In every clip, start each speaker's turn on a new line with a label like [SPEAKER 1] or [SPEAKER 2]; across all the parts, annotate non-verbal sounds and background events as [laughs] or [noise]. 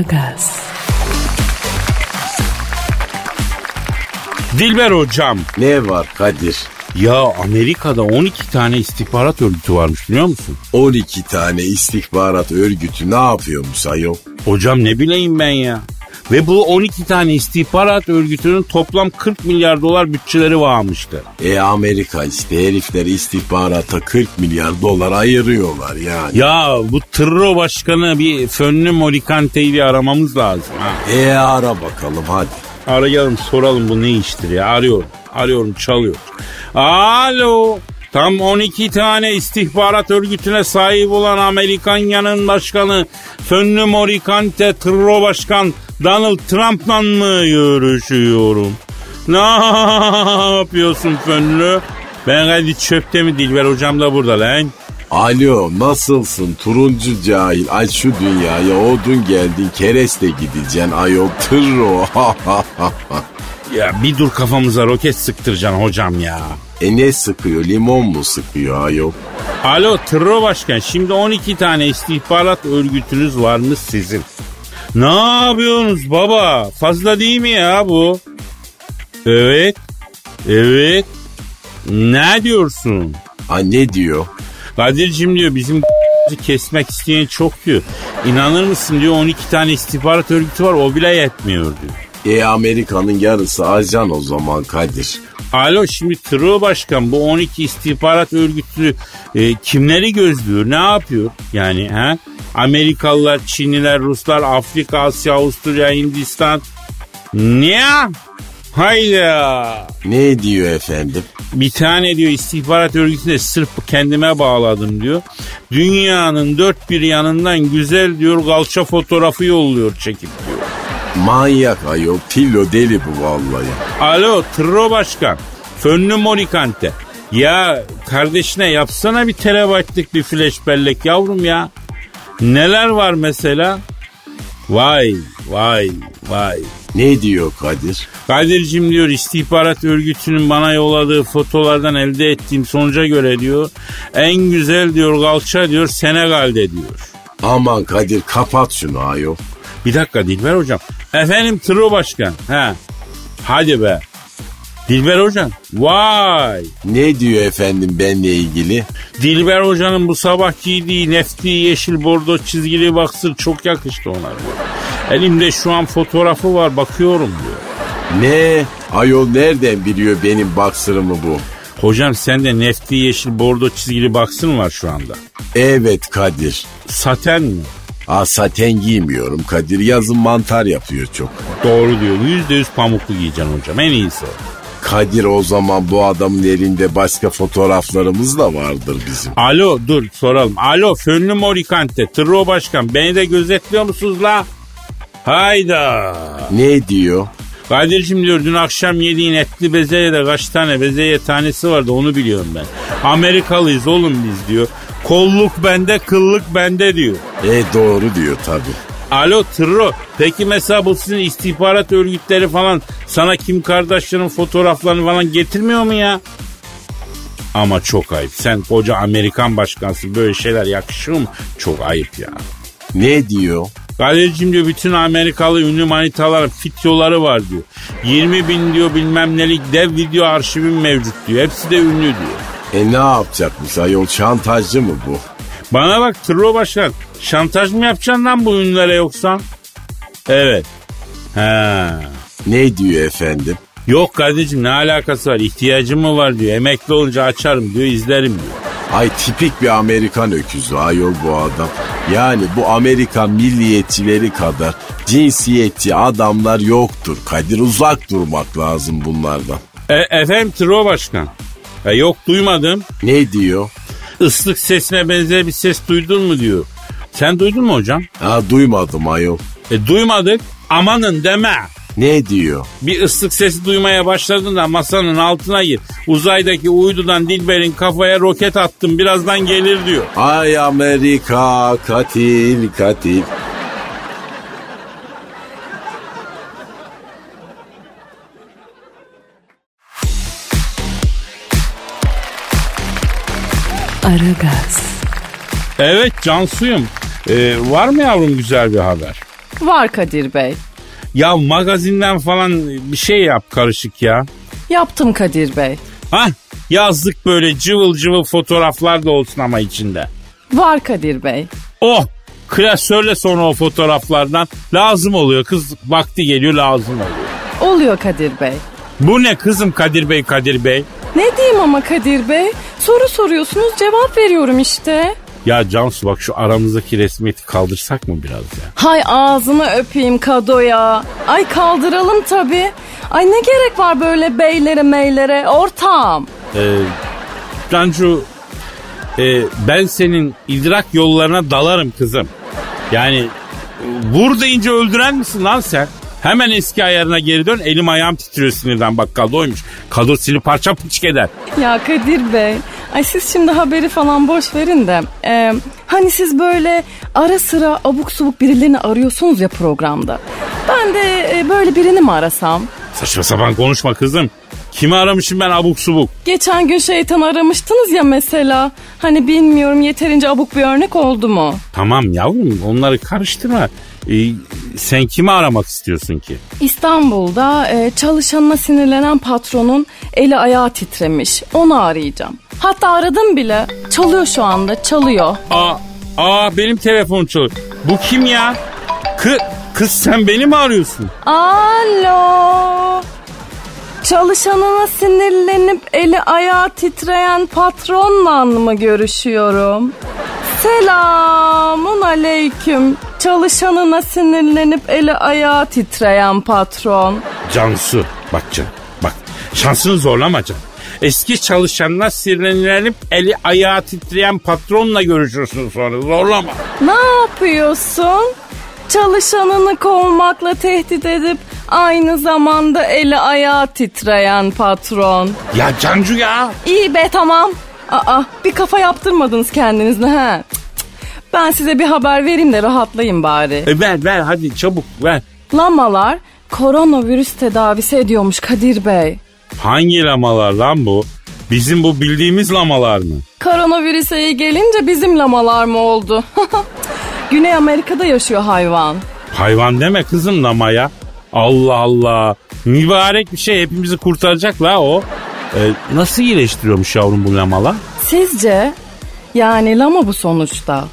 [SPEAKER 1] Aragaz,
[SPEAKER 2] Dilber hocam.
[SPEAKER 3] Ne var Kadir?
[SPEAKER 2] Ya Amerika'da 12 tane istihbarat örgütü varmış biliyor musun?
[SPEAKER 3] 12 tane istihbarat örgütü ne yapıyormuş ayol?
[SPEAKER 2] Hocam ne bileyim ben ya. Ve bu 12 tane istihbarat örgütünün toplam 40 milyar dolar bütçeleri varmıştı.
[SPEAKER 3] E Amerika işte herifler istihbarata 40 milyar dolar ayırıyorlar yani.
[SPEAKER 2] Ya bu Tırro başkanı bir fönlü Morikante'yi bir aramamız lazım. Ha.
[SPEAKER 3] E ara bakalım hadi.
[SPEAKER 2] Arayalım soralım bu ne iştir ya. Arıyorum. Arıyorum çalıyor. Alo. Tam 12 tane istihbarat örgütüne sahip olan Amerikan yanın başkanı Fönlü Morikante Tırro Başkan Donald Trump'la mı görüşüyorum? Ne yapıyorsun Fönlü? Ben hadi çöpte mi Dilber hocam da burada lan?
[SPEAKER 3] Alo nasılsın turuncu cahil ay şu dünyaya odun geldin kereste gideceksin ayol tırro.
[SPEAKER 2] Ya bir dur kafamıza roket sıktıracaksın hocam ya.
[SPEAKER 3] [laughs] e ne sıkıyor limon mu sıkıyor ayol?
[SPEAKER 2] Alo Tırro Başkan şimdi 12 tane istihbarat örgütünüz varmış sizin. Ne yapıyorsunuz baba? Fazla değil mi ya bu? Evet. Evet. Ne diyorsun?
[SPEAKER 3] Ha ne diyor?
[SPEAKER 2] Kadir'cim diyor bizim [laughs] kesmek isteyen çok diyor. İnanır mısın diyor 12 tane istihbarat örgütü var o bile yetmiyor diyor.
[SPEAKER 3] E Amerika'nın yarısı ajan o zaman Kadir.
[SPEAKER 2] Alo şimdi Tırro Başkan bu 12 istihbarat örgütü e, kimleri gözlüyor? Ne yapıyor? Yani ha? Amerikalılar, Çinliler, Ruslar, Afrika, Asya, Avusturya, Hindistan. Ne? Hayda.
[SPEAKER 3] Ne diyor efendim?
[SPEAKER 2] Bir tane diyor istihbarat örgütüne sırf kendime bağladım diyor. Dünyanın dört bir yanından güzel diyor kalça fotoğrafı yolluyor çekip diyor.
[SPEAKER 3] Manyak ayol pillo deli bu vallahi.
[SPEAKER 2] Alo Tırro Başkan. Fönlü Morikante. Ya kardeşine yapsana bir terabaytlık bir flash bellek yavrum ya. Neler var mesela? Vay vay vay.
[SPEAKER 3] Ne diyor Kadir?
[SPEAKER 2] Kadir'cim diyor istihbarat örgütünün bana yolladığı fotolardan elde ettiğim sonuca göre diyor en güzel diyor kalça diyor Senegal'de diyor.
[SPEAKER 3] Aman Kadir kapat şunu ayol.
[SPEAKER 2] Bir dakika Dilber hocam. Efendim Tırro Başkan. He. Hadi be. Dilber hocam. Vay.
[SPEAKER 3] Ne diyor efendim benle ilgili?
[SPEAKER 2] Dilber Hoca'nın bu sabah giydiği nefti yeşil bordo çizgili baksır çok yakıştı ona. Elimde şu an fotoğrafı var bakıyorum diyor.
[SPEAKER 3] Ne? Ayol nereden biliyor benim baksırımı bu?
[SPEAKER 2] Hocam sende nefti yeşil bordo çizgili baksın var şu anda.
[SPEAKER 3] Evet Kadir.
[SPEAKER 2] Saten mi?
[SPEAKER 3] Aa, saten giymiyorum Kadir. Yazın mantar yapıyor çok.
[SPEAKER 2] Doğru diyor. Yüzde yüz pamuklu giyeceksin hocam. En iyisi o.
[SPEAKER 3] Kadir o zaman bu adamın elinde başka fotoğraflarımız da vardır bizim.
[SPEAKER 2] Alo dur soralım. Alo Fönlü Morikante. Tırro Başkan. Beni de gözetliyor musunuz la? Hayda.
[SPEAKER 3] Ne diyor?
[SPEAKER 2] Kadir'cim diyor dün akşam yediğin etli bezeye de kaç tane bezeye tanesi vardı onu biliyorum ben. Amerikalıyız oğlum biz diyor. Kolluk bende kıllık bende diyor.
[SPEAKER 3] E doğru diyor tabi.
[SPEAKER 2] Alo Tırro peki mesela bu sizin istihbarat örgütleri falan sana Kim Kardashian'ın fotoğraflarını falan getirmiyor mu ya? Ama çok ayıp. Sen koca Amerikan başkansın. Böyle şeyler yakışır mı? Çok ayıp ya.
[SPEAKER 3] Ne diyor?
[SPEAKER 2] Galericim diyor bütün Amerikalı ünlü manitaların fityoları var diyor. 20 bin diyor bilmem nelik dev video arşivim mevcut diyor. Hepsi de ünlü diyor.
[SPEAKER 3] E ne yapacakmış ayol şantajcı mı bu?
[SPEAKER 2] Bana bak Tırro Başkan şantaj mı yapacaksın lan bu ünlülere yoksa? Evet. He.
[SPEAKER 3] Ne diyor efendim?
[SPEAKER 2] Yok kardeşim ne alakası var ihtiyacım mı var diyor. Emekli olunca açarım diyor izlerim diyor.
[SPEAKER 3] Ay tipik bir Amerikan öküzü ayol bu adam. Yani bu Amerikan milliyetçileri kadar cinsiyetçi adamlar yoktur. Kadir uzak durmak lazım bunlardan.
[SPEAKER 2] E, efendim Tırro Başkan. E, yok duymadım.
[SPEAKER 3] Ne diyor?
[SPEAKER 2] Islık sesine benzer bir ses duydun mu diyor. Sen duydun mu hocam?
[SPEAKER 3] Ha duymadım ayol.
[SPEAKER 2] E, duymadık. Amanın deme.
[SPEAKER 3] Ne diyor?
[SPEAKER 2] Bir ıslık sesi duymaya başladığında masanın altına gir. Uzaydaki uydudan Dilber'in kafaya roket attım birazdan gelir diyor.
[SPEAKER 3] Ay Amerika katil katil.
[SPEAKER 1] Aragaz,
[SPEAKER 2] Evet Cansu'yum. Ee, var mı yavrum güzel bir haber?
[SPEAKER 1] Var Kadir Bey.
[SPEAKER 2] Ya magazinden falan bir şey yap karışık ya.
[SPEAKER 1] Yaptım Kadir Bey.
[SPEAKER 2] Hah yazdık böyle cıvıl cıvıl fotoğraflar da olsun ama içinde.
[SPEAKER 1] Var Kadir Bey.
[SPEAKER 2] Oh klasörle sonra o fotoğraflardan lazım oluyor. Kız vakti geliyor lazım oluyor.
[SPEAKER 1] Oluyor Kadir Bey.
[SPEAKER 2] Bu ne kızım Kadir Bey Kadir Bey?
[SPEAKER 1] Ne diyeyim ama Kadir Bey? Soru soruyorsunuz cevap veriyorum işte.
[SPEAKER 2] Ya Cansu bak şu aramızdaki resmiyeti kaldırsak mı biraz ya?
[SPEAKER 1] Hay ağzını öpeyim Kado ya. Ay kaldıralım tabii. Ay ne gerek var böyle beylere meylere ortam.
[SPEAKER 2] Ee, Cancu e, ben senin idrak yollarına dalarım kızım. Yani e, vur deyince öldüren misin lan sen? Hemen eski ayarına geri dön. Elim ayağım titriyor sinirden. Bak kadoymuş. Kado sili parça pıçık eder.
[SPEAKER 1] Ya Kadir Bey, ay siz şimdi haberi falan boş verin de. e, hani siz böyle ara sıra abuk subuk birilerini arıyorsunuz ya programda. Ben de e, böyle birini mi arasam?
[SPEAKER 2] Saçma sapan konuşma kızım. Kimi aramışım ben abuk subuk?
[SPEAKER 1] Geçen gün şeytan aramıştınız ya mesela. Hani bilmiyorum yeterince abuk bir örnek oldu mu?
[SPEAKER 2] Tamam yavrum onları karıştırma. Ee, sen kimi aramak istiyorsun ki?
[SPEAKER 1] İstanbul'da e, çalışanına sinirlenen patronun eli ayağı titremiş. Onu arayacağım. Hatta aradım bile. Çalıyor şu anda, çalıyor.
[SPEAKER 2] Aa, aa benim telefon çalıyor. Bu kim ya? Kı, kız sen beni mi arıyorsun?
[SPEAKER 1] Alo. Çalışanına sinirlenip eli ayağı titreyen patronla mı görüşüyorum? Selamun aleyküm. Çalışanına sinirlenip eli ayağı titreyen patron.
[SPEAKER 2] Cansu bak canım bak şansını zorlama canım. Eski çalışanla sinirlenip eli ayağı titreyen patronla görüşürsün sonra zorlama.
[SPEAKER 1] Ne yapıyorsun? Çalışanını kovmakla tehdit edip aynı zamanda eli ayağı titreyen patron.
[SPEAKER 2] Ya Cancu ya
[SPEAKER 1] İyi be tamam. Aa bir kafa yaptırmadınız kendinizle ha. Cık cık. Ben size bir haber vereyim de rahatlayın bari.
[SPEAKER 2] E, ver ver hadi çabuk ver.
[SPEAKER 1] Lamalar koronavirüs tedavisi ediyormuş Kadir Bey.
[SPEAKER 2] Hangi lamalar lan bu? Bizim bu bildiğimiz lamalar mı?
[SPEAKER 1] Koronavirüse iyi gelince bizim lamalar mı oldu? [laughs] Güney Amerika'da yaşıyor hayvan.
[SPEAKER 2] Hayvan deme kızım lama ya. Allah Allah. Mübarek bir şey hepimizi kurtaracak la o. E, nasıl iyileştiriyormuş yavrum bu lamalar?
[SPEAKER 1] Sizce? Yani lama bu sonuçta.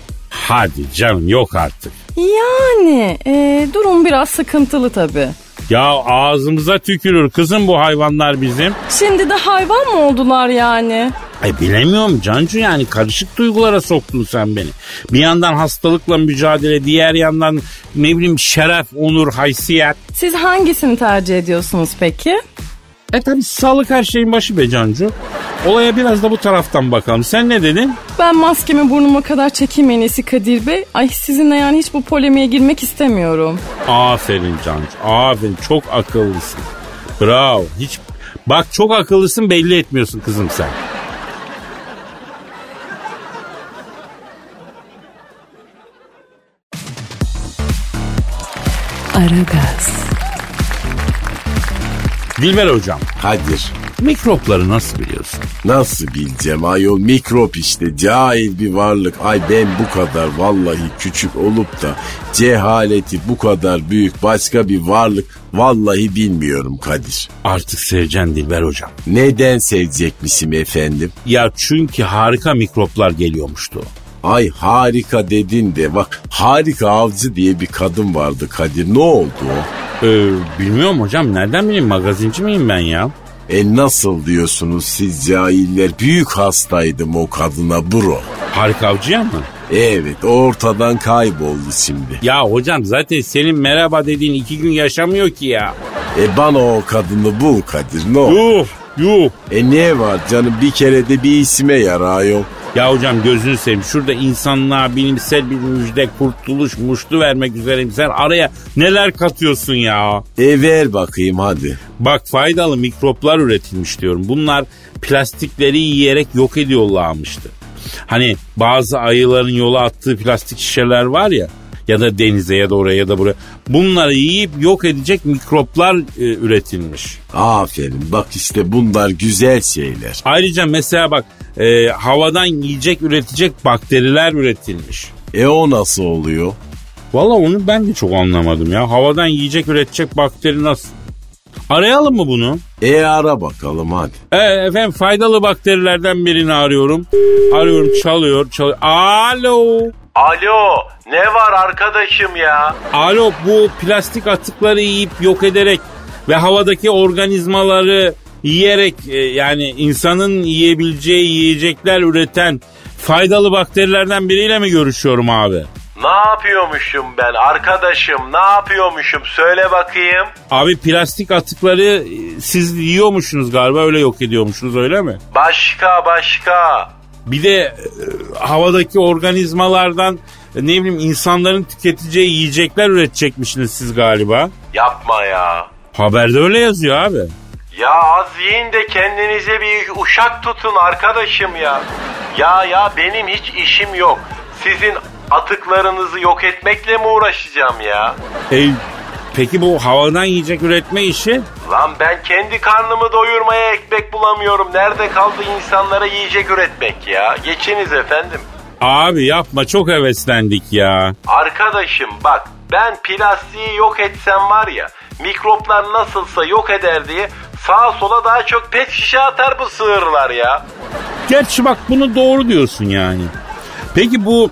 [SPEAKER 2] Hadi canım yok artık.
[SPEAKER 1] Yani e, durum biraz sıkıntılı tabii.
[SPEAKER 2] Ya ağzımıza tükürür kızım bu hayvanlar bizim.
[SPEAKER 1] Şimdi de hayvan mı oldular yani?
[SPEAKER 2] E bilemiyorum Cancu yani karışık duygulara soktun sen beni. Bir yandan hastalıkla mücadele diğer yandan ne bileyim şeref, onur, haysiyet.
[SPEAKER 1] Siz hangisini tercih ediyorsunuz peki?
[SPEAKER 2] E tabi sağlık her şeyin başı be Cancu. Olaya biraz da bu taraftan bakalım. Sen ne dedin?
[SPEAKER 1] Ben maskemi burnuma kadar çekeyim en iyisi Kadir Bey. Ay sizinle yani hiç bu polemiğe girmek istemiyorum.
[SPEAKER 2] Aferin Cancu. Aferin. Çok akıllısın. Bravo. Hiç Bak çok akıllısın belli etmiyorsun kızım sen.
[SPEAKER 4] Aragaz,
[SPEAKER 2] Dilber hocam
[SPEAKER 3] Kadir
[SPEAKER 2] mikropları nasıl biliyorsun?
[SPEAKER 3] nasıl bileceğim ayol mikrop işte cahil bir varlık. Ay ben bu kadar vallahi küçük olup da cehaleti bu kadar büyük başka bir varlık vallahi bilmiyorum Kadir.
[SPEAKER 2] Artık seveceksin Dilber hocam.
[SPEAKER 3] Neden sevecekmişim efendim?
[SPEAKER 2] Ya çünkü harika mikroplar geliyormuştu.
[SPEAKER 3] Ay harika dedin de bak harika avcı diye bir kadın vardı Kadir ne oldu o?
[SPEAKER 2] Ee, bilmiyorum hocam nereden bileyim magazinci miyim ben ya?
[SPEAKER 3] E nasıl diyorsunuz siz cahiller büyük hastaydım o kadına bro.
[SPEAKER 2] Harika avcıya mı?
[SPEAKER 3] Evet ortadan kayboldu şimdi.
[SPEAKER 2] Ya hocam zaten senin merhaba dediğin iki gün yaşamıyor ki ya.
[SPEAKER 3] E bana o kadını bul Kadir ne o?
[SPEAKER 2] Yuh yuh.
[SPEAKER 3] E ne var canım bir kere de bir isime yarar yok.
[SPEAKER 2] Ya hocam gözünü seveyim şurada insanlığa bilimsel bir müjde kurtuluş muştu vermek üzereyim. Sen araya neler katıyorsun ya?
[SPEAKER 3] E ver bakayım hadi.
[SPEAKER 2] Bak faydalı mikroplar üretilmiş diyorum. Bunlar plastikleri yiyerek yok ediyorlarmıştı. Hani bazı ayıların yola attığı plastik şişeler var ya ya da denize ya da oraya ya da buraya. Bunları yiyip yok edecek mikroplar e, üretilmiş.
[SPEAKER 3] Aferin bak işte bunlar güzel şeyler.
[SPEAKER 2] Ayrıca mesela bak e, havadan yiyecek üretecek bakteriler üretilmiş.
[SPEAKER 3] E o nasıl oluyor?
[SPEAKER 2] Valla onu ben de çok anlamadım ya. Havadan yiyecek üretecek bakteri nasıl? Arayalım mı bunu?
[SPEAKER 3] E ara bakalım hadi.
[SPEAKER 2] E, efendim faydalı bakterilerden birini arıyorum. Arıyorum çalıyor çalıyor. Alo.
[SPEAKER 4] Alo ne var arkadaşım ya?
[SPEAKER 2] Alo bu plastik atıkları yiyip yok ederek ve havadaki organizmaları yiyerek e, yani insanın yiyebileceği yiyecekler üreten faydalı bakterilerden biriyle mi görüşüyorum abi?
[SPEAKER 4] Ne yapıyormuşum ben arkadaşım ne yapıyormuşum söyle bakayım.
[SPEAKER 2] Abi plastik atıkları e, siz yiyormuşsunuz galiba öyle yok ediyormuşsunuz öyle mi?
[SPEAKER 4] Başka başka.
[SPEAKER 2] Bir de e, havadaki organizmalardan e, ne bileyim insanların tüketeceği yiyecekler üretecekmişsiniz siz galiba.
[SPEAKER 4] Yapma ya.
[SPEAKER 2] Haberde öyle yazıyor abi.
[SPEAKER 4] Ya az yiyin de kendinize bir uşak tutun arkadaşım ya. Ya ya benim hiç işim yok. Sizin atıklarınızı yok etmekle mi uğraşacağım ya?
[SPEAKER 2] E, peki bu havadan yiyecek üretme işi?
[SPEAKER 4] Lan ben kendi karnımı doyurmaya ekmek bulamıyorum. Nerede kaldı insanlara yiyecek üretmek ya? Geçiniz efendim.
[SPEAKER 2] Abi yapma çok heveslendik ya.
[SPEAKER 4] Arkadaşım bak ben plastiği yok etsem var ya mikroplar nasılsa yok eder diye sağa sola daha çok pet şişe atar bu sığırlar ya.
[SPEAKER 2] Gerçi bak bunu doğru diyorsun yani. Peki bu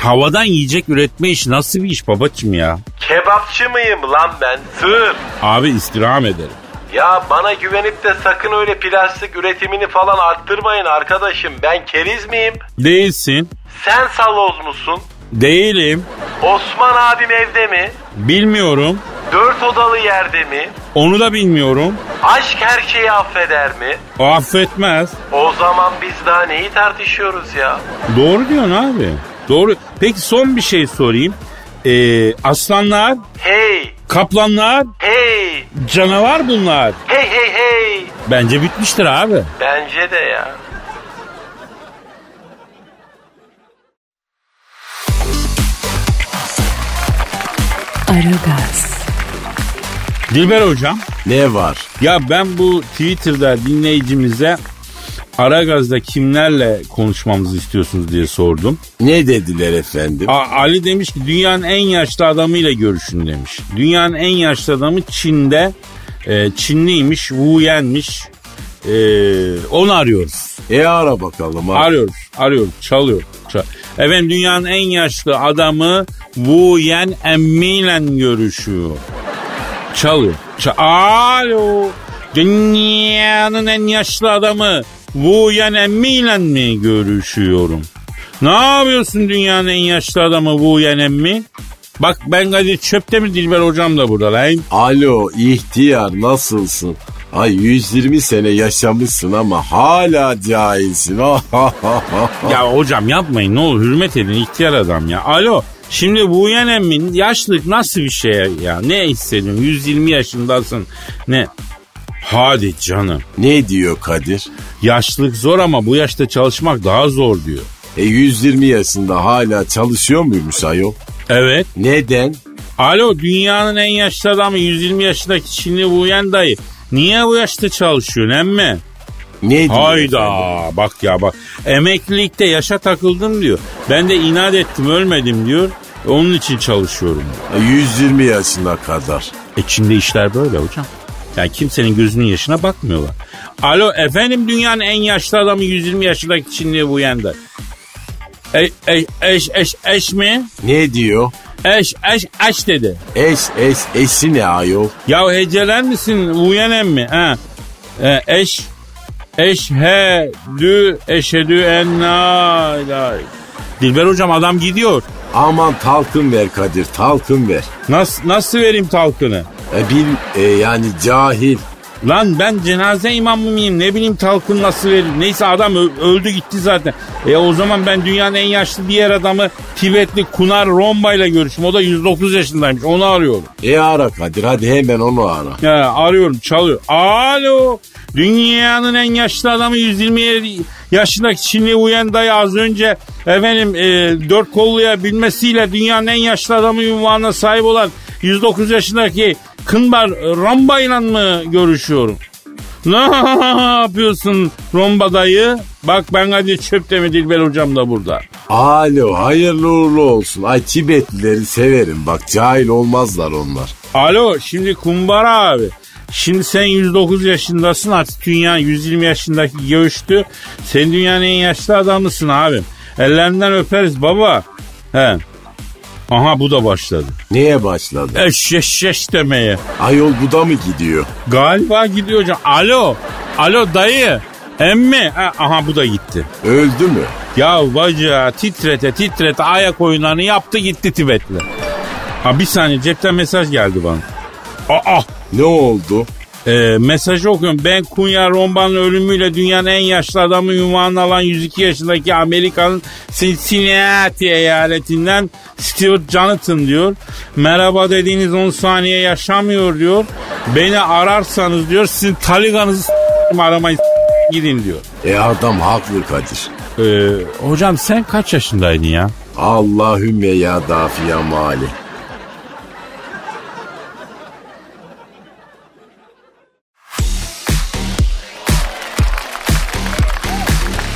[SPEAKER 2] havadan yiyecek üretme işi nasıl bir iş babacım ya?
[SPEAKER 4] Kebapçı mıyım lan ben sığır?
[SPEAKER 2] Abi istirham ederim.
[SPEAKER 4] Ya bana güvenip de sakın öyle plastik üretimini falan arttırmayın arkadaşım. Ben keriz miyim?
[SPEAKER 2] Değilsin.
[SPEAKER 4] Sen saloz musun?
[SPEAKER 2] Değilim.
[SPEAKER 4] Osman abim evde mi?
[SPEAKER 2] Bilmiyorum.
[SPEAKER 4] Dört odalı yerde mi?
[SPEAKER 2] Onu da bilmiyorum.
[SPEAKER 4] Aşk her şeyi affeder mi?
[SPEAKER 2] O affetmez.
[SPEAKER 4] O zaman biz daha neyi tartışıyoruz ya?
[SPEAKER 2] Doğru diyorsun abi. Doğru. Peki son bir şey sorayım. Ee, aslanlar,
[SPEAKER 4] Hey,
[SPEAKER 2] kaplanlar,
[SPEAKER 4] hey,
[SPEAKER 2] canavar bunlar.
[SPEAKER 4] hey, hey, hey.
[SPEAKER 2] Bence bitmiştir abi.
[SPEAKER 4] Bence de ya.
[SPEAKER 5] Aragaz,
[SPEAKER 2] Dilber hocam.
[SPEAKER 3] Ne var?
[SPEAKER 2] Ya ben bu Twitter'da dinleyicimize Aragaz'da kimlerle konuşmamızı istiyorsunuz diye sordum.
[SPEAKER 3] Ne dediler efendim?
[SPEAKER 2] A- Ali demiş ki dünyanın en yaşlı adamıyla görüşün demiş. Dünyanın en yaşlı adamı Çin'de. E, Çinliymiş, Wu Yen'miş. E, onu arıyoruz.
[SPEAKER 3] E ara bakalım hadi.
[SPEAKER 2] Arıyoruz, arıyoruz, çalıyor. Çal- Efendim dünyanın en yaşlı adamı Wu Yen emmiyle görüşüyor. Çalıyor. Çal- Alo. Dünyanın en yaşlı adamı Wu Yan emmiyle mi görüşüyorum? Ne yapıyorsun dünyanın en yaşlı adamı Wu Yan emmi? Bak ben Kadir Çöp'te mi Dilber hocam da burada lan.
[SPEAKER 3] Alo ihtiyar nasılsın? Ay 120 sene yaşamışsın ama hala cahilsin.
[SPEAKER 2] Ya hocam yapmayın ne olur hürmet edin ihtiyar adam ya. Alo şimdi bu yenemin yaşlılık nasıl bir şey ya? Ne hissediyorsun? 120 yaşındasın. Ne? Hadi canım.
[SPEAKER 3] [laughs] ne diyor Kadir?
[SPEAKER 2] Yaşlılık zor ama bu yaşta çalışmak daha zor diyor.
[SPEAKER 3] E 120 yaşında hala çalışıyor muymuş ayol?
[SPEAKER 2] Evet.
[SPEAKER 3] Neden?
[SPEAKER 2] Alo dünyanın en yaşlı adamı 120 yaşındaki Çinli Wuyen dayı. Niye bu yaşta çalışıyorsun emmi?
[SPEAKER 3] Ne diyor? efendim?
[SPEAKER 2] Hayda bak ya bak. Emeklilikte yaşa takıldım diyor. Ben de inat ettim ölmedim diyor. Onun için çalışıyorum.
[SPEAKER 3] E, 120 yaşına kadar.
[SPEAKER 2] E Çin'de işler böyle hocam. Yani kimsenin gözünün yaşına bakmıyorlar. Alo efendim dünyanın en yaşlı adamı 120 yaşındaki Çinli bu yanda. E, eş, eş, eş, eş mi?
[SPEAKER 3] Ne diyor?
[SPEAKER 2] Eş, eş, eş dedi.
[SPEAKER 3] Eş eş eşi ne ayol?
[SPEAKER 2] Ya heceler misin uyan mi? Ha. E, eş, eş, he, dü, eşedü, enna, ilahe. Dilber hocam adam gidiyor.
[SPEAKER 3] Aman talkın ver Kadir talkın ver.
[SPEAKER 2] Nasıl, nasıl vereyim talkını?
[SPEAKER 3] E, bil, e, yani cahil.
[SPEAKER 2] Lan ben cenaze imamı mıyım ne bileyim talkın nasıl verir. Neyse adam ö- öldü gitti zaten. E o zaman ben dünyanın en yaşlı diğer adamı Tibetli Kunar Romba ile görüştüm. O da 109 yaşındaymış onu arıyorum.
[SPEAKER 3] E ara Kadir hadi hemen onu ara.
[SPEAKER 2] Ya arıyorum çalıyor. Alo dünyanın en yaşlı adamı 120 yaşındaki Çinli Uyen dayı az önce efendim e, dört kolluya bilmesiyle dünyanın en yaşlı adamı unvanına sahip olan 109 yaşındaki Kınbar Ramba ile mı görüşüyorum? Ne yapıyorsun Romba dayı? Bak ben Kadir Çöptemir Dilber hocam da burada.
[SPEAKER 6] Alo hayırlı uğurlu olsun. Ay Tibetlileri severim bak cahil olmazlar onlar.
[SPEAKER 2] Alo şimdi Kumbara abi. Şimdi sen 109 yaşındasın artık dünya 120 yaşındaki göğüştü. Sen dünyanın en yaşlı adamısın abim. Ellerinden öperiz baba. He. Aha bu da başladı.
[SPEAKER 6] Neye başladı?
[SPEAKER 2] Eş eş eş demeye.
[SPEAKER 6] Ayol bu da mı gidiyor?
[SPEAKER 2] Galiba gidiyor hocam. Alo. Alo dayı. Emmi. Ha, aha bu da gitti.
[SPEAKER 6] Öldü mü?
[SPEAKER 2] Ya bacağı titrete titrete ayak oyunlarını yaptı gitti Tibet'le. Ha bir saniye cepten mesaj geldi bana. Aa
[SPEAKER 6] Ne oldu?
[SPEAKER 2] e, mesajı okuyorum. Ben Kunya Romban'ın ölümüyle dünyanın en yaşlı adamı ünvanını alan 102 yaşındaki Amerika'nın Cincinnati eyaletinden Stewart Jonathan diyor. Merhaba dediğiniz 10 saniye yaşamıyor diyor. Beni ararsanız diyor sizin taliganızı s**tim, aramayın s**tim, gidin diyor.
[SPEAKER 6] E adam haklı Kadir.
[SPEAKER 2] E, hocam sen kaç yaşındaydın ya?
[SPEAKER 6] Allahümme ya dafiye mali.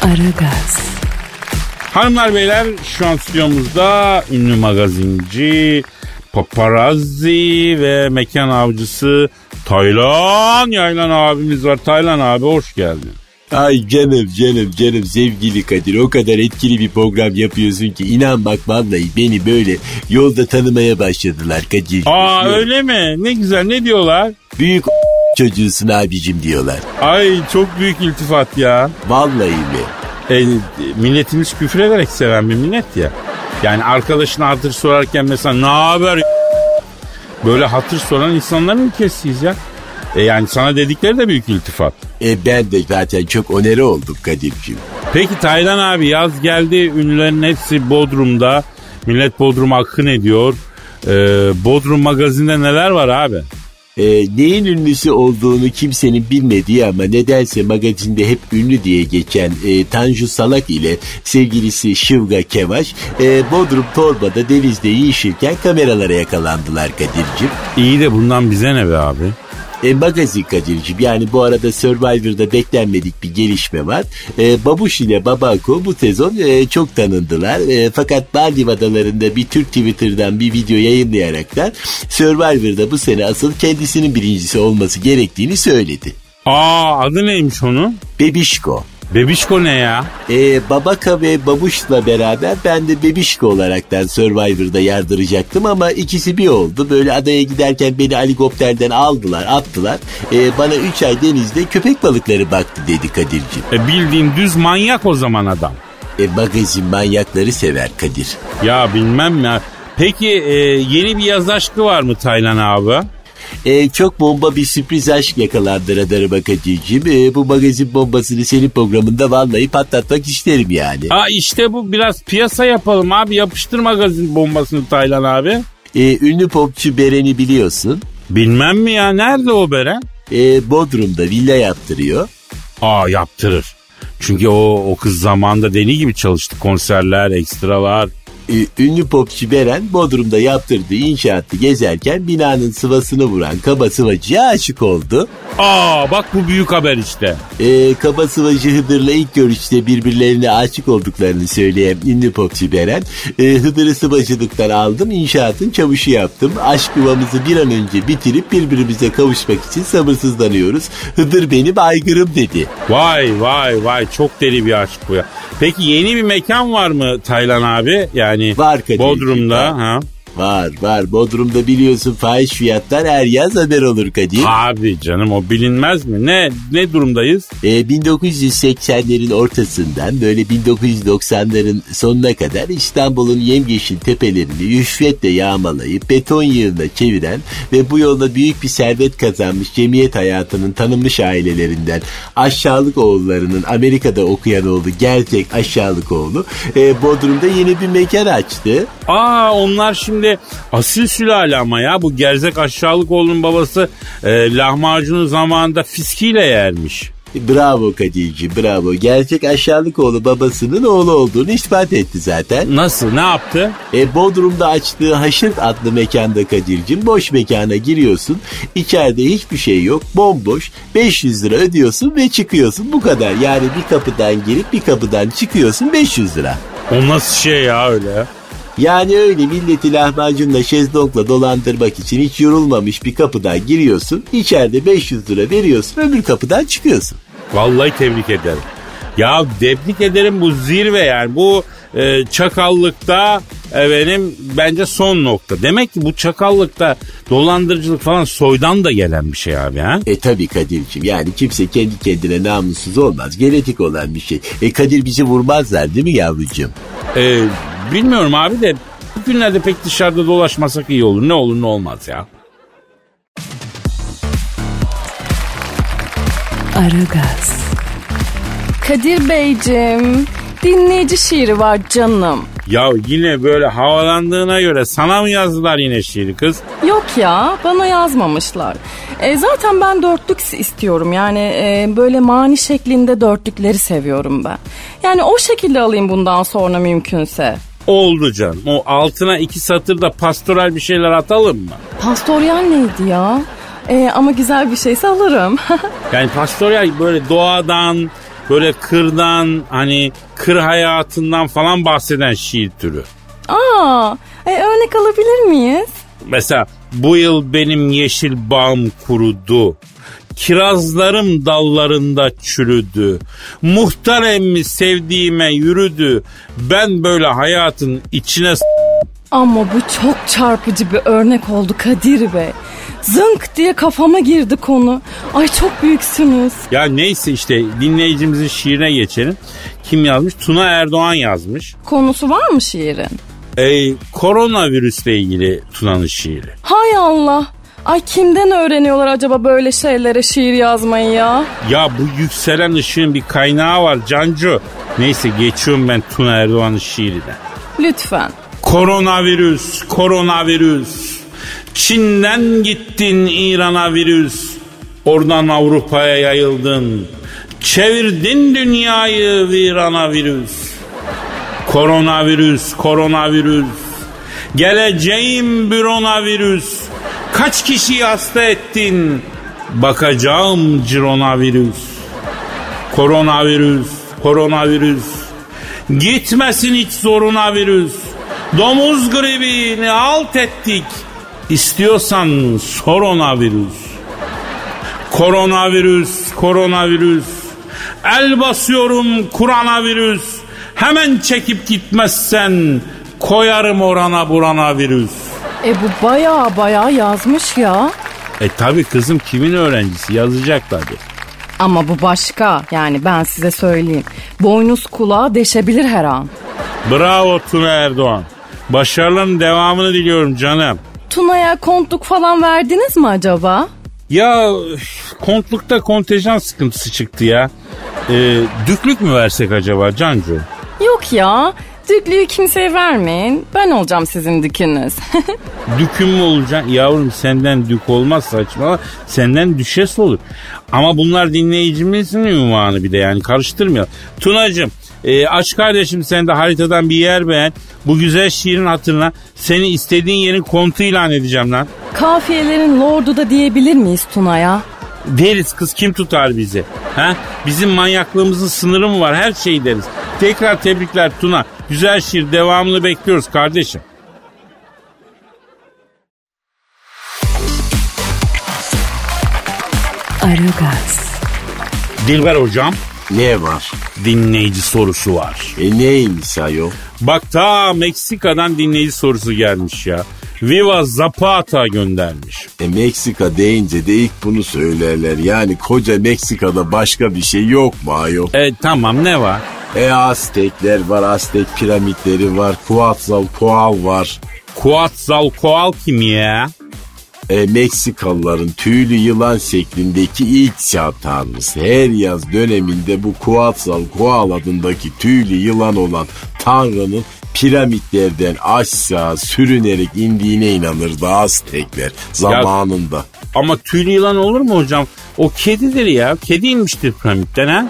[SPEAKER 7] Aragaz,
[SPEAKER 2] Hanımlar beyler şu an stüdyomuzda ünlü magazinci, paparazzi ve mekan avcısı Taylan Yaylan abimiz var. Taylan abi hoş geldin.
[SPEAKER 3] Ay canım canım canım sevgili Kadir o kadar etkili bir program yapıyorsun ki inan bak vallahi beni böyle yolda tanımaya başladılar Kadir.
[SPEAKER 2] Aa öyle mi? Ne güzel ne diyorlar?
[SPEAKER 3] Büyük [laughs] çocuğusun abicim diyorlar.
[SPEAKER 2] Ay çok büyük iltifat ya.
[SPEAKER 3] Vallahi mi?
[SPEAKER 2] E, milletimiz küfür ederek seven bir millet ya. Yani arkadaşına hatır sorarken mesela ne haber böyle hatır soran insanların ülkesiyiz ya. E yani sana dedikleri de büyük iltifat.
[SPEAKER 3] E ben de zaten çok onere oldum Kadir'cim.
[SPEAKER 2] Peki Taylan abi yaz geldi ünlülerin hepsi Bodrum'da. Millet Bodrum'a akın ediyor. Ee, Bodrum magazinde neler var abi?
[SPEAKER 3] E, neyin ünlüsü olduğunu kimsenin bilmediği ama nedense magazinde hep ünlü diye geçen e, Tanju Salak ile sevgilisi Şıvga Kevaş e, Bodrum Torba'da denizde yiyişirken kameralara yakalandılar Kadir'cim.
[SPEAKER 2] İyi de bundan bize ne be abi?
[SPEAKER 3] E, magazin Kadir'cim yani bu arada Survivor'da beklenmedik bir gelişme var. E, Babuş ile Babako bu sezon e, çok tanındılar. E, fakat Maldiv Adaları'nda bir Türk Twitter'dan bir video yayınlayaraktan Survivor'da bu sene asıl kendisinin birincisi olması gerektiğini söyledi.
[SPEAKER 2] Aa adı neymiş onun?
[SPEAKER 3] Bebişko.
[SPEAKER 2] Bebişko ne ya?
[SPEAKER 3] E, Babaka ve Babuş'la beraber ben de Bebişko olaraktan Survivor'da yardıracaktım ama ikisi bir oldu. Böyle adaya giderken beni helikopterden aldılar, attılar. E, bana 3 ay denizde köpek balıkları baktı dedi Kadir'cim.
[SPEAKER 2] E bildiğin düz manyak o zaman adam.
[SPEAKER 3] E, magazin manyakları sever Kadir.
[SPEAKER 2] Ya bilmem ya. Peki e, yeni bir yaz aşkı var mı Taylan abi?
[SPEAKER 3] E, çok bomba bir sürpriz aşk yakalandı radarıma Kadir'cim. E, bu magazin bombasını senin programında vallahi patlatmak isterim yani.
[SPEAKER 2] Aa işte bu biraz piyasa yapalım abi. Yapıştır magazin bombasını Taylan abi.
[SPEAKER 3] E, ünlü popçu Beren'i biliyorsun.
[SPEAKER 2] Bilmem mi ya nerede o Beren?
[SPEAKER 3] E, Bodrum'da villa yaptırıyor.
[SPEAKER 2] Aa yaptırır. Çünkü o o kız zamanda deli gibi çalıştı. Konserler, ekstralar.
[SPEAKER 3] Ee, ünlü popçu Beren Bodrum'da yaptırdığı inşaatı gezerken binanın sıvasını vuran kaba sıvacıya aşık oldu.
[SPEAKER 2] Aa bak bu büyük haber işte.
[SPEAKER 3] Ee, kaba sıvacı Hıdır'la ilk görüşte birbirlerine aşık olduklarını söyleyen ünlü popçu Beren, e, Hıdır'ı sıvacılıktan aldım inşaatın çavuşu yaptım. Aşk yuvamızı bir an önce bitirip birbirimize kavuşmak için sabırsızlanıyoruz. Hıdır benim aygırım dedi.
[SPEAKER 2] Vay vay vay çok deli bir aşk bu ya. Peki yeni bir mekan var mı Taylan abi? Yani
[SPEAKER 3] Var Kadir.
[SPEAKER 2] Bodrum'da. Ha?
[SPEAKER 3] Var var Bodrum'da biliyorsun fahiş fiyatlar her yaz haber olur Kadir.
[SPEAKER 2] Abi canım o bilinmez mi? Ne ne durumdayız?
[SPEAKER 3] Ee, 1980'lerin ortasından böyle 1990'ların sonuna kadar İstanbul'un yemyeşil tepelerini rüşvetle yağmalayıp beton yığına çeviren ve bu yolla büyük bir servet kazanmış cemiyet hayatının tanınmış ailelerinden aşağılık oğullarının Amerika'da okuyan oğlu gerçek aşağılık oğlu e, Bodrum'da yeni bir mekan açtı.
[SPEAKER 2] Aa onlar şimdi asil sülale ama ya. Bu gerzek aşağılık oğlunun babası e, lahmacunu zamanında fiskiyle yermiş.
[SPEAKER 5] Bravo Kadirci bravo. Gerçek aşağılık oğlu babasının oğlu olduğunu ispat etti zaten.
[SPEAKER 2] Nasıl ne yaptı?
[SPEAKER 5] E, Bodrum'da açtığı Haşırt adlı mekanda Kadir'cim boş mekana giriyorsun. İçeride hiçbir şey yok. Bomboş. 500 lira ödüyorsun ve çıkıyorsun. Bu kadar. Yani bir kapıdan girip bir kapıdan çıkıyorsun 500 lira.
[SPEAKER 2] O nasıl şey ya öyle?
[SPEAKER 5] Yani öyle milleti lahmacunla şezlongla dolandırmak için hiç yorulmamış bir kapıdan giriyorsun. içeride 500 lira veriyorsun öbür kapıdan çıkıyorsun.
[SPEAKER 2] Vallahi tebrik ederim. Ya tebrik ederim bu zirve yani bu e, çakallıkta efendim bence son nokta. Demek ki bu çakallıkta dolandırıcılık falan soydan da gelen bir şey abi ha.
[SPEAKER 5] E tabi Kadir'cim yani kimse kendi kendine namussuz olmaz. Genetik olan bir şey. E Kadir bizi vurmazlar değil mi yavrucuğum?
[SPEAKER 2] E, bilmiyorum abi de bugünlerde pek dışarıda dolaşmasak iyi olur. Ne olur ne olmaz ya.
[SPEAKER 7] Aragaz,
[SPEAKER 1] Kadir Beyciğim, dinleyici şiiri var canım.
[SPEAKER 2] Ya yine böyle havalandığına göre sana mı yazdılar yine şiiri kız?
[SPEAKER 1] Yok ya bana yazmamışlar. E, zaten ben dörtlük istiyorum yani e, böyle mani şeklinde dörtlükleri seviyorum ben. Yani o şekilde alayım bundan sonra mümkünse.
[SPEAKER 2] Oldu canım. O altına iki satır da pastoral bir şeyler atalım mı?
[SPEAKER 1] Pastoryal neydi ya? E, ama güzel bir şeyse alırım. [laughs]
[SPEAKER 2] Yani pastoral böyle doğadan, böyle kırdan, hani kır hayatından falan bahseden şiir türü.
[SPEAKER 1] Aa, e, örnek alabilir miyiz?
[SPEAKER 2] Mesela bu yıl benim yeşil bağım kurudu. Kirazlarım dallarında çürüdü. Muhtar emmi sevdiğime yürüdü. Ben böyle hayatın içine s-
[SPEAKER 1] Ama bu çok çarpıcı bir örnek oldu Kadir Bey. Zınk diye kafama girdi konu. Ay çok büyüksünüz.
[SPEAKER 2] Ya neyse işte dinleyicimizin şiirine geçelim. Kim yazmış? Tuna Erdoğan yazmış.
[SPEAKER 1] Konusu var mı şiirin?
[SPEAKER 2] Ey koronavirüsle ilgili Tuna'nın şiiri.
[SPEAKER 1] Hay Allah. Ay kimden öğreniyorlar acaba böyle şeylere şiir yazmayı ya?
[SPEAKER 2] Ya bu yükselen ışığın bir kaynağı var Cancu. Neyse geçiyorum ben Tuna Erdoğan'ın şiirine.
[SPEAKER 1] Lütfen.
[SPEAKER 2] Koronavirüs, koronavirüs. Çin'den gittin İran'a virüs. Oradan Avrupa'ya yayıldın. Çevirdin dünyayı virana virüs. Koronavirüs, koronavirüs. Geleceğim bürona virüs. Kaç kişiyi hasta ettin? Bakacağım cirona virüs. Koronavirüs, koronavirüs. Gitmesin hiç zoruna virüs. Domuz gribini alt ettik. İstiyorsan sor ona virüs. Koronavirüs, koronavirüs. El basıyorum Kur'an'a virüs. Hemen çekip gitmezsen koyarım orana burana virüs.
[SPEAKER 1] E bu baya baya yazmış ya.
[SPEAKER 2] E tabi kızım kimin öğrencisi yazacak tabi.
[SPEAKER 1] Ama bu başka yani ben size söyleyeyim. Boynuz kulağa deşebilir her an.
[SPEAKER 2] Bravo Tuna Erdoğan. Başarıların devamını diliyorum canım.
[SPEAKER 1] Tuna'ya kontluk falan verdiniz mi acaba?
[SPEAKER 2] Ya üf, kontlukta kontenjan sıkıntısı çıktı ya. Ee, düklük mü versek acaba Cancu?
[SPEAKER 1] Yok ya. Düklüğü kimseye vermeyin. Ben olacağım sizin dikiniz.
[SPEAKER 2] Düküm mü olacaksın? Yavrum senden dük olmaz saçmalama. Senden düşes olur. Ama bunlar dinleyicimizin ünvanı bir de yani karıştırmıyor. Tunacığım e, aç kardeşim sen de haritadan bir yer beğen. Bu güzel şiirin hatırına seni istediğin yerin kontu ilan edeceğim lan.
[SPEAKER 1] [laughs] Kafiyelerin lordu da diyebilir miyiz Tuna'ya?
[SPEAKER 2] Deriz kız kim tutar bizi? Ha? Bizim manyaklığımızın sınırı mı var? Her şeyi deriz. Tekrar tebrikler Tuna. Güzel şiir devamını bekliyoruz kardeşim.
[SPEAKER 7] Aragaz,
[SPEAKER 2] Dilber hocam
[SPEAKER 3] Ne var?
[SPEAKER 2] dinleyici sorusu var.
[SPEAKER 3] E neymiş ayol?
[SPEAKER 2] Bak ta Meksika'dan dinleyici sorusu gelmiş ya. Viva Zapata göndermiş.
[SPEAKER 3] E Meksika deyince de ilk bunu söylerler. Yani koca Meksika'da başka bir şey yok mu ayol?
[SPEAKER 2] E tamam ne var?
[SPEAKER 3] E Aztekler var, Aztek piramitleri var, Coatzacoal var.
[SPEAKER 2] Coatzacoal kim ya?
[SPEAKER 3] E, Meksikalıların tüylü yılan şeklindeki ilk saat tanrısı. Her yaz döneminde bu Coatzacoal adındaki tüylü yılan olan tanrının piramitlerden aşağı sürünerek indiğine inanırdı Aztekler zamanında.
[SPEAKER 2] Ama tüylü yılan olur mu hocam? O kedidir ya. Kedi inmiştir piramitten ha.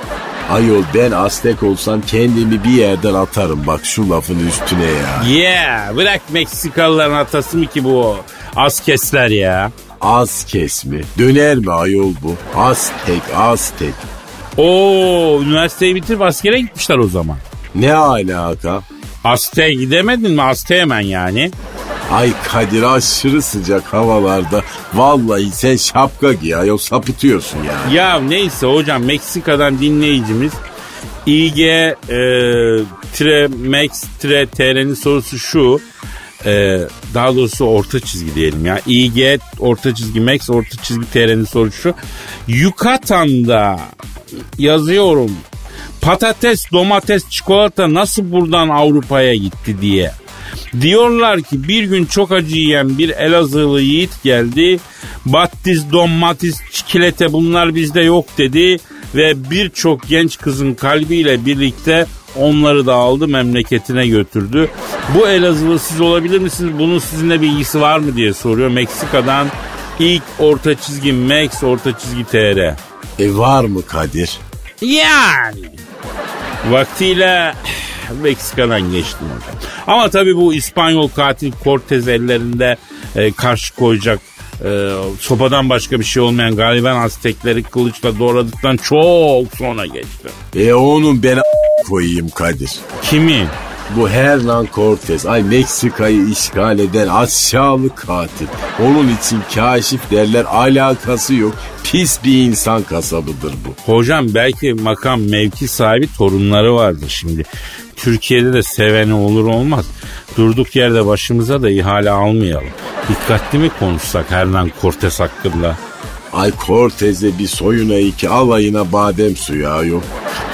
[SPEAKER 3] Ayol ben Aztek olsam kendimi bir yerden atarım bak şu lafın üstüne ya.
[SPEAKER 2] Yeah bırak Meksikalıların atası mı ki bu askesler ya.
[SPEAKER 3] Az kes mi? Döner mi ayol bu? Aztek Aztek.
[SPEAKER 2] Oo üniversiteyi bitirip askere gitmişler o zaman.
[SPEAKER 3] Ne alaka?
[SPEAKER 2] Asteğe gidemedin mi? Asteğe hemen yani.
[SPEAKER 3] Ay Kadir aşırı sıcak havalarda. Vallahi sen şapka giy ayol sapıtıyorsun ya.
[SPEAKER 2] Ya neyse hocam Meksika'dan dinleyicimiz IG e, tire Max tire TR'nin sorusu şu. E, daha doğrusu orta çizgi diyelim ya. IG orta çizgi Max orta çizgi TR'nin sorusu şu. Yukatan'da yazıyorum. Patates, domates, çikolata nasıl buradan Avrupa'ya gitti diye. Diyorlar ki bir gün çok acı yiyen bir Elazığlı yiğit geldi. Battiz, domates, çikolata bunlar bizde yok dedi. Ve birçok genç kızın kalbiyle birlikte onları da aldı memleketine götürdü. Bu Elazığlı siz olabilir misiniz? Bunun sizinle bir ilgisi var mı diye soruyor. Meksika'dan ilk orta çizgi Max orta çizgi TR.
[SPEAKER 3] E var mı Kadir?
[SPEAKER 2] Yani. Vaktiyle Meksika'dan geçtim hocam. Ama tabii bu İspanyol katil Cortez ellerinde e, karşı koyacak e, sopadan başka bir şey olmayan galiben Aztekleri kılıçla doğradıktan çok sonra geçti.
[SPEAKER 3] E onun ben a- koyayım Kadir.
[SPEAKER 2] Kimi?
[SPEAKER 3] Bu Hernan Cortez. Ay Meksika'yı işgal eden aşağılık katil. Onun için kaşif derler alakası yok. Pis bir insan kasabıdır bu.
[SPEAKER 2] Hocam belki makam mevki sahibi torunları vardır şimdi. Türkiye'de de seveni olur olmaz. Durduk yerde başımıza da ihale almayalım. Dikkatli mi konuşsak Hernan Cortez hakkında?
[SPEAKER 3] Ay Cortez'e bir soyuna iki alayına badem suyu ayol.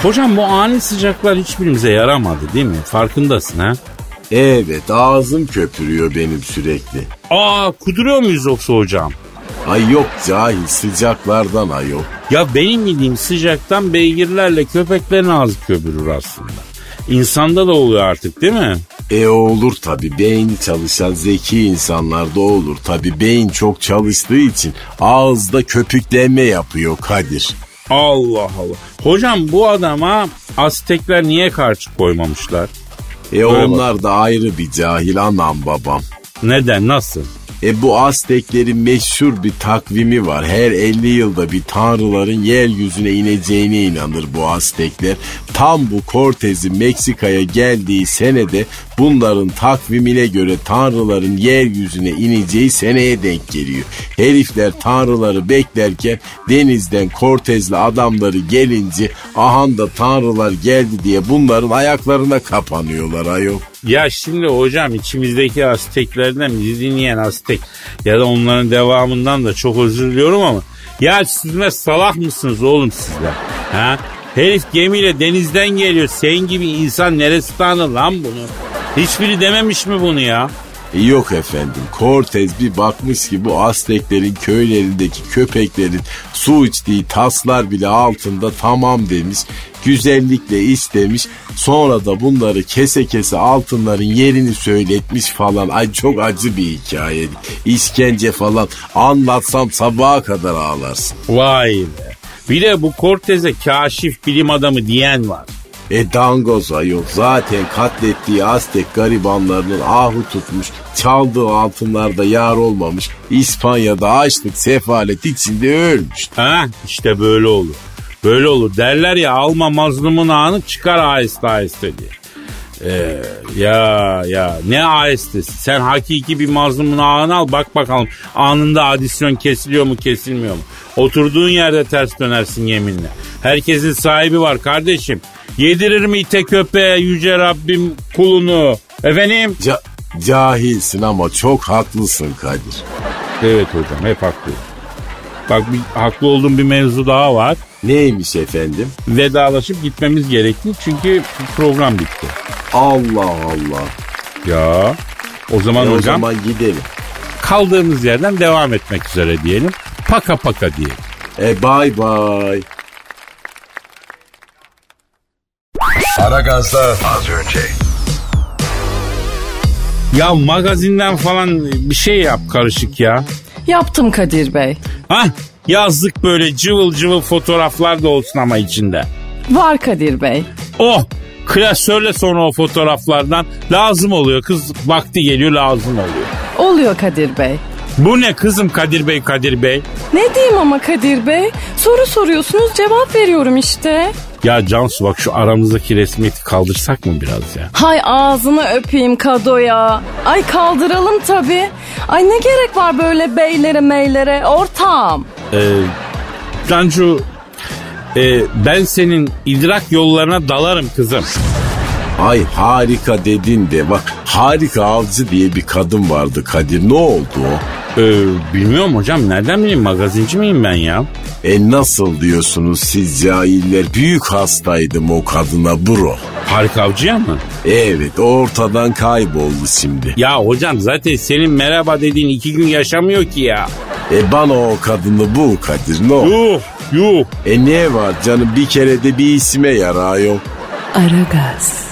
[SPEAKER 2] Hocam bu ani sıcaklar hiçbirimize yaramadı değil mi? Farkındasın ha?
[SPEAKER 3] Evet ağzım köpürüyor benim sürekli.
[SPEAKER 2] Aa kuduruyor muyuz yoksa hocam?
[SPEAKER 3] Ay yok cahil sıcaklardan ayol.
[SPEAKER 2] Ya benim bildiğim sıcaktan beygirlerle köpeklerin ağzı köpürür aslında. İnsanda da oluyor artık değil mi?
[SPEAKER 3] E o olur tabi beyni çalışan zeki insanlarda olur tabi beyin çok çalıştığı için ağızda köpüklenme yapıyor Kadir.
[SPEAKER 2] Allah Allah. Hocam bu adama Aztekler niye karşı koymamışlar?
[SPEAKER 3] E onlar da ayrı bir cahil anam babam.
[SPEAKER 2] Neden? Nasıl?
[SPEAKER 3] E bu Azteklerin meşhur bir takvimi var. Her 50 yılda bir tanrıların yeryüzüne ineceğine inanır bu Aztekler. Tam bu Cortez'in Meksika'ya geldiği senede bunların takvimine göre tanrıların yeryüzüne ineceği seneye denk geliyor. Herifler tanrıları beklerken denizden Cortez'le adamları gelince ahan da tanrılar geldi diye bunların ayaklarına kapanıyorlar ayol.
[SPEAKER 2] Ya şimdi hocam içimizdeki Azteklerden bizi dinleyen Aztek ya da onların devamından da çok özür diliyorum ama ya siz ne salak mısınız oğlum sizler? Ha? Herif gemiyle denizden geliyor. Senin gibi insan neresi tanır lan bunu? Hiçbiri dememiş mi bunu ya?
[SPEAKER 3] Yok efendim. Cortez bir bakmış ki bu Azteklerin köylerindeki köpeklerin su içtiği taslar bile altında tamam demiş. Güzellikle istemiş. Sonra da bunları kese kese altınların yerini söyletmiş falan. Ay çok acı bir hikaye. İşkence falan. Anlatsam sabaha kadar ağlarsın.
[SPEAKER 2] Vay be. Bir de bu Cortez'e kaşif bilim adamı diyen var.
[SPEAKER 3] E dangoz ayol zaten katlettiği Aztek garibanlarının ahu tutmuş, çaldığı altınlarda yar olmamış, İspanya'da açlık sefalet içinde ölmüş.
[SPEAKER 2] Ha işte böyle olur. Böyle olur. Derler ya alma mazlumun ağını çıkar aheste aheste diye. Ee, ya ya ne ahestesi sen hakiki bir mazlumun ağını al bak bakalım anında adisyon kesiliyor mu kesilmiyor mu oturduğun yerde ters dönersin yeminle herkesin sahibi var kardeşim yedirir mi ite köpeğe yüce Rabbim kulunu efendim
[SPEAKER 3] Ca- cahilsin ama çok haklısın Kadir.
[SPEAKER 2] evet hocam hep haklı bak bir, haklı olduğum bir mevzu daha var
[SPEAKER 3] Neymiş efendim?
[SPEAKER 2] vedalaşıp gitmemiz gerekti çünkü program bitti.
[SPEAKER 3] Allah Allah.
[SPEAKER 2] Ya o zaman
[SPEAKER 3] E o
[SPEAKER 2] hocam
[SPEAKER 3] zaman gidelim.
[SPEAKER 2] kaldığımız yerden devam etmek üzere diyelim. Paka paka diyelim.
[SPEAKER 3] E bay bay.
[SPEAKER 8] Aragaz'da az önce.
[SPEAKER 2] Ya magazinden falan bir şey yap karışık ya.
[SPEAKER 1] Yaptım Kadir Bey.
[SPEAKER 2] Hah Yazlık böyle cıvıl cıvıl fotoğraflar da olsun ama içinde.
[SPEAKER 1] Var Kadir Bey.
[SPEAKER 2] Oh klasörle sonra o fotoğraflardan lazım oluyor. Kız vakti geliyor lazım oluyor.
[SPEAKER 1] Oluyor Kadir Bey.
[SPEAKER 2] Bu ne kızım Kadir Bey Kadir Bey?
[SPEAKER 1] Ne diyeyim ama Kadir Bey? Soru soruyorsunuz cevap veriyorum işte.
[SPEAKER 2] Ya Cansu bak şu aramızdaki resmiyeti kaldırsak mı biraz ya?
[SPEAKER 1] Hay ağzını öpeyim Kado'ya. Ay kaldıralım tabii. Ay ne gerek var böyle beylere meylere ortam.
[SPEAKER 2] Ee, Cancu e, ben senin idrak yollarına dalarım kızım.
[SPEAKER 3] Ay harika dedin de bak harika avcı diye bir kadın vardı Kadir ne oldu o?
[SPEAKER 2] Ee, bilmiyorum hocam nereden bileyim magazinci miyim ben ya?
[SPEAKER 3] E nasıl diyorsunuz siz cahiller büyük hastaydım o kadına bro.
[SPEAKER 2] Harika avcıya mı?
[SPEAKER 3] Evet ortadan kayboldu şimdi.
[SPEAKER 2] Ya hocam zaten senin merhaba dediğin iki gün yaşamıyor ki ya.
[SPEAKER 3] E bana o kadını bul Kadir ne oldu?
[SPEAKER 2] Yuh yuh.
[SPEAKER 3] E ne var canım bir kere de bir isime yarar yok.
[SPEAKER 7] Aragaz.